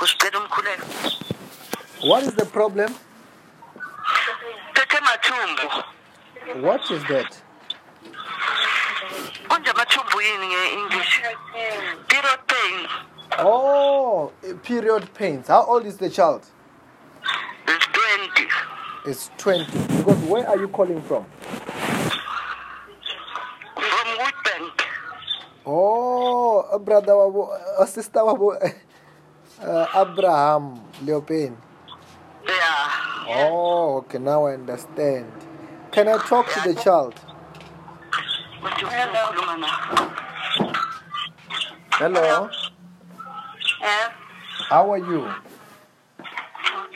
busibhela umkhulelo What is the problem? phethe mathumbu What is that? kunje amathumbu yini nge-english period pain Oh, eh, period pains. How old is the child? is 20 It's 20. Because where are you calling from? from woodbank Oh, a brother, wabo- a sister, wabo, uh, Abraham Leopain. yeah Oh, okay, now I understand. Can I talk to the child? manje ukhuluma na Hello, yeah how are you?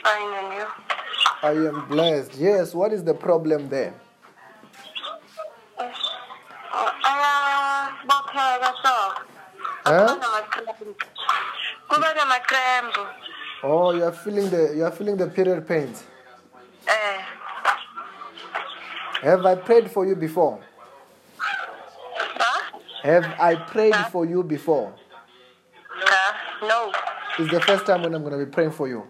fine and you I am blessed. Yes, what is the problem there? ayabopheka so Huh? namacrambu kuba namacrambu Oh, you are feeling the you are feeling the period pains. eh Have I prayed for you before? ha Have I prayed for you before? cha no It's the first time when I'm going to be praying for you.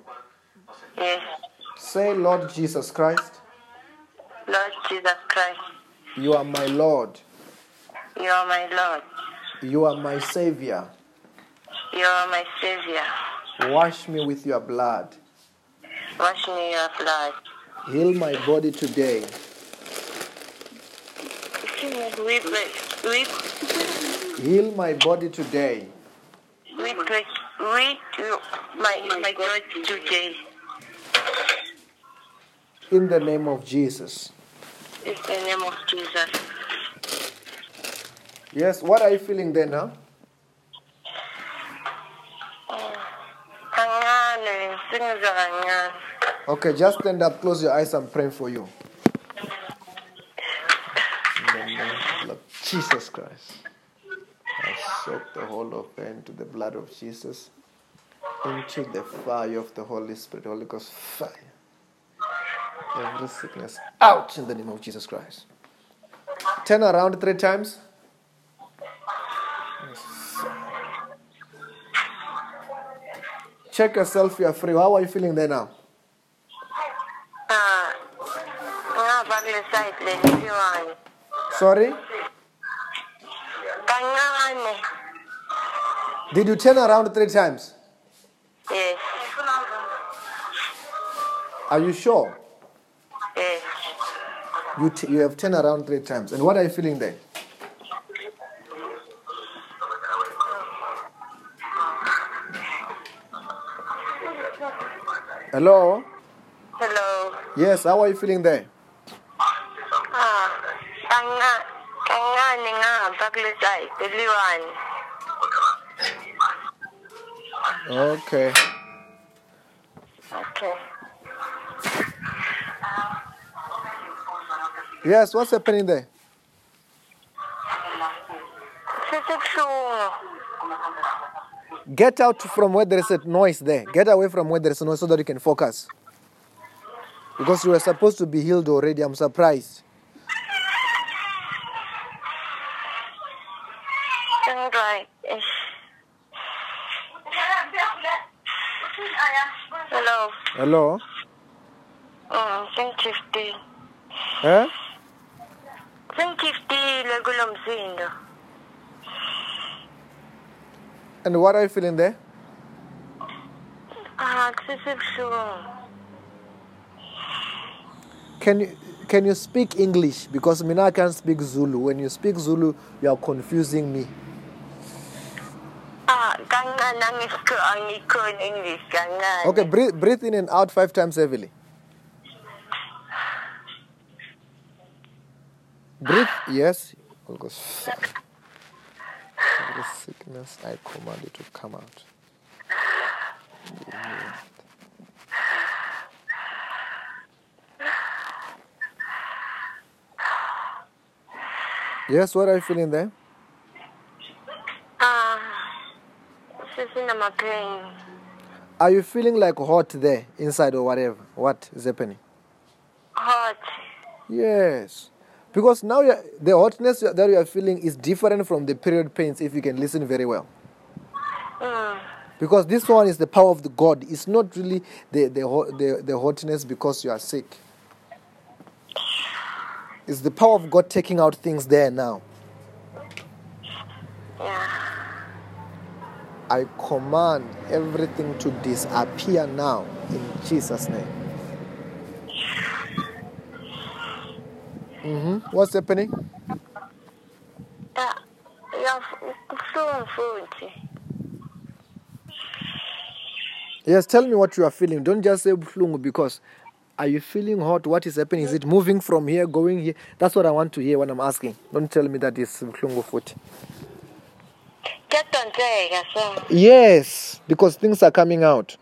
yes Say, Lord Jesus Christ, lord jesus christ you are my Lord, you are my lord you are my Savior. you are my savior Wash me with your blood. wash me in your blood Heal my body today. with with Heal my body today. with with with my my god today In the name of Jesus. in the name of jesus Yes, what are you feeling then now? kancane singizwa kancane Okay, just stand up, close your eyes, I'm praying for you. In the name of Lord Jesus Christ. I soak the whole of her into the blood of Jesus, into the fire of the Holy Spirit, Holy Ghost fire. Every sickness out in the name of Jesus Christ. Turn around three times. Check yourself, you are free. How are you feeling there now? ah ngaba kule side lenziwayo Sorry? kancane Did you turn around three times? yes Are you sure? yes You, t- you have turned around three times. And what are you feeling there? Hello? hello Yes, how are you feeling there? ah kanca- kancane ngaba kule side eliwani Okay. okay Yes, what's happening there? sesekuhlungu Get out from where there is a noise there. Get away from where there is a noise so that you can focus. Because you were supposed to be healed already. I'm surprised. sengidwayi hello Hello? um sengijiftile Huh? sengijiftile kulo msindo And what are you feeling there? ah kusesebuhlungu Can you can you speak English? Because Mina I can't speak Zulu. When you speak Zulu, you are confusing me. ah kancane angisikho- angikhoni english kancane Okay, breathe, breathe in and out five times heavily. Breathe. Yes. Oh, Holy Ghost, fire. Every sickness, I command you to come out. Yes, what are you feeling there? ah sesinamapheni Are you feeling like hot there inside or whatever? What is happening? hot Yes. Because now you're, the hotness that you are feeling is different from the period pains if you can listen very well. mm Because this one is the power of the God. It's not really the, the, ho- the, the hotness because you are sick. It's the power of God taking out things there now. Yeah. I command everything to disappear now in Jesus' name. hmm What's happening? Yeah. Yeah. Feeling food. Yes, tell me what you are feeling. Don't just say flung because are you feeling hot? What is happening? Is it moving from here, going here? That's what I want to hear when I'm asking. Don't tell me that it's flung foot. Just don't say it, so. Yes, because things are coming out.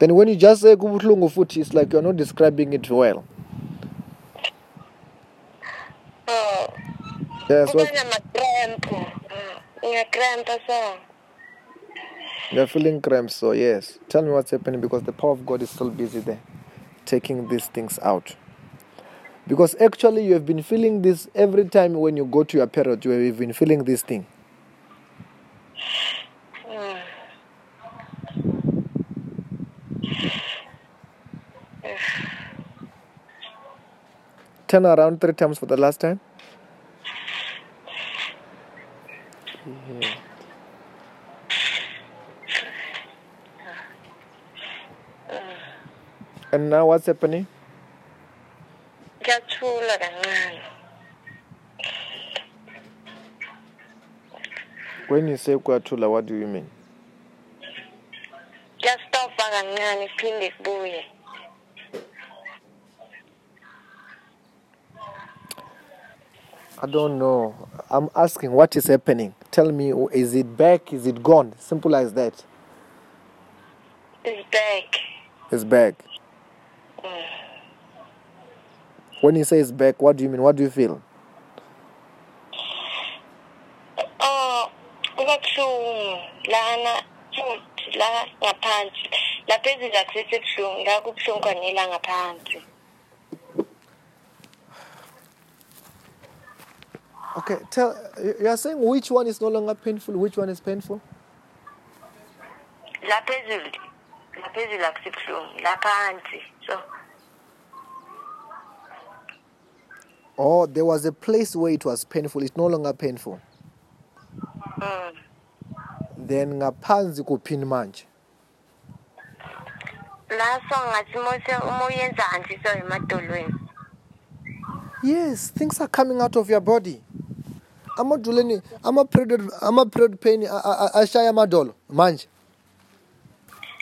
Then when you just say kubuhlungu foot, it's like you're not describing it well. Oh. Yes, Kuba what, na magrampo. Ngagrampo so. you're feeling cramps, so yes. Tell me what's happening because the power of God is still busy there, taking these things out. Because actually, you have been feeling this every time when you go to your period, you have been feeling this thing. Turn around three times for the last time. And now what's happening? Ngiyathula kancane. When you say kwatula, what do you mean? Ngiyastopha kancane iphinde ibuye. I don't know. I'm asking what is happening. Tell me, is it back? Is it gone? Simple as that. It's back. It's back. When you say it's back, what do you mean? What do you feel? Oh, kubuhlungu. Lana futhi la ngaphansi. Lapha ezinja kusesebuhlungu, la kubuhlungu khona la ngaphansi. Okay, tell. you- You are saying which one is no longer painful, which one is painful? Laphezulu. Laphezulu akusebuhlungu, laphansi. So, Oh, there was a place where it was painful. It's no longer painful. mm. Then ngaphansi kupin manje. La so ngathi mose umoya enzansi so emadolweni. Yes, things are coming out of your body. amadolweni ama-period ama-period pain a- a- a- ashaya amadolo manje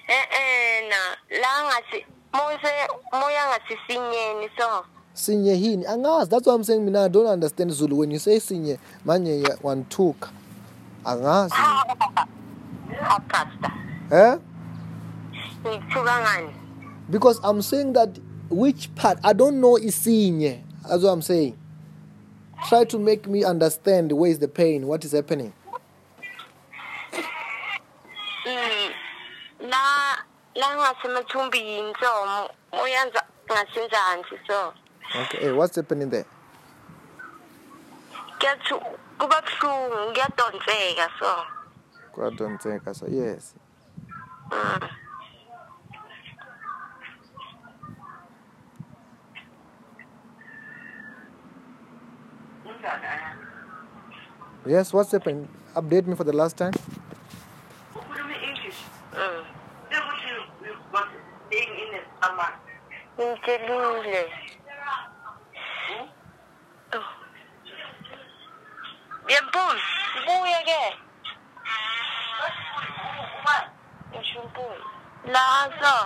Eh eh na la ngathi mose umoya ngathi sinyeni so. sinye yini angazi that's what i'm saying mina i don't understand zulu when you say sinye manje ya- wanthuka angazi mina. Ah pastor. eh Ngithuka ngani? because i'm saying that which part i don't know isinye that's what i'm saying try to make me understand where is the pain what is happening Mm. La la ngathi mathumbini so umoya ngasenzansi so. okay eh, what's happening there Kuyathu kuba buhlungu kuyadonseka so. kwadonseka so yes Mm. yes what's happening update me for the last time Ukhuluma i-English. Mm. Sekuthi was staying in a summer. Ngitshelile. Yempumi, buya ke. Ngisho impumi. La so.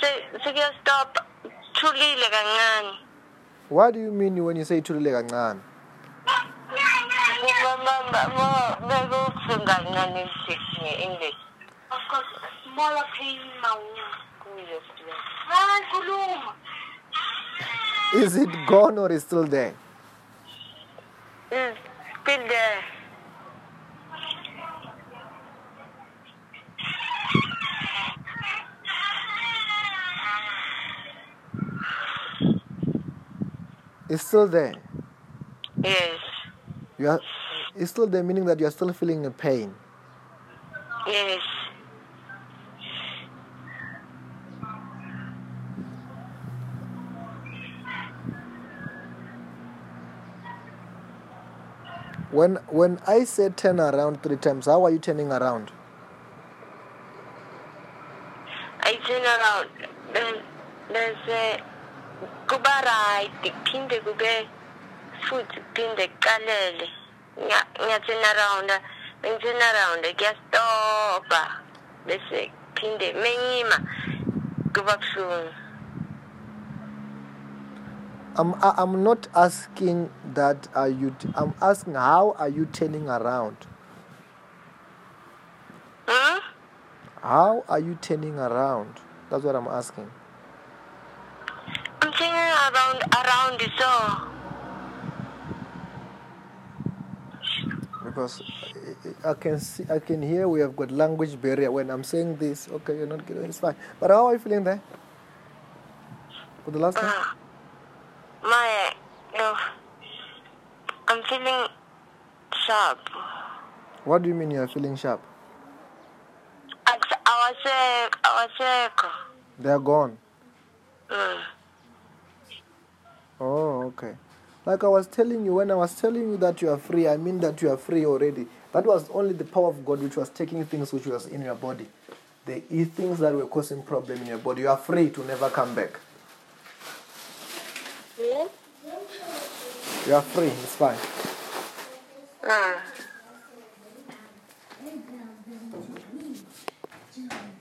Se sike stop thulile kancane. what do you mean when you say ithulile kancane Mama mama bekufunda kancane nje English. Of course, smaller pain in my womb. Kuyisihle. Hayi khuluma. is it gone or is still there Is still there. it's still there Yes. You are, it's still there, meaning that you are still feeling the pain. Yes. When when I say turn around three times, how are you turning around? I turn around. Then then say kubarai ndiphinde kube futhi phinde kuqalele. Nya nya turn around. Then turn around kuyastopa. Bese phinde mengima kuba kuhlungu. I'm I- I'm not asking that are you I'm asking how are you turning around? Hmm? How are you turning around? That's what I'm asking. I'm turning around around so. Because I- I I can see I can hear we have got language barrier when I'm saying this. Okay, you're not getting it, it's fine. But how are you feeling there? For the last time? Ah, my no. I'm feeling sharp. What do you mean you're feeling sharp? Ac- Awasek, awasek. They are gone. Mm. Oh, okay. Like I was telling you, when I was telling you that you are free, I mean that you are free already. That was only the power of God which was taking things which was in your body. The e- things that were causing problem in your body. You are free to never come back. Mm. You are free, it's fine. Mm.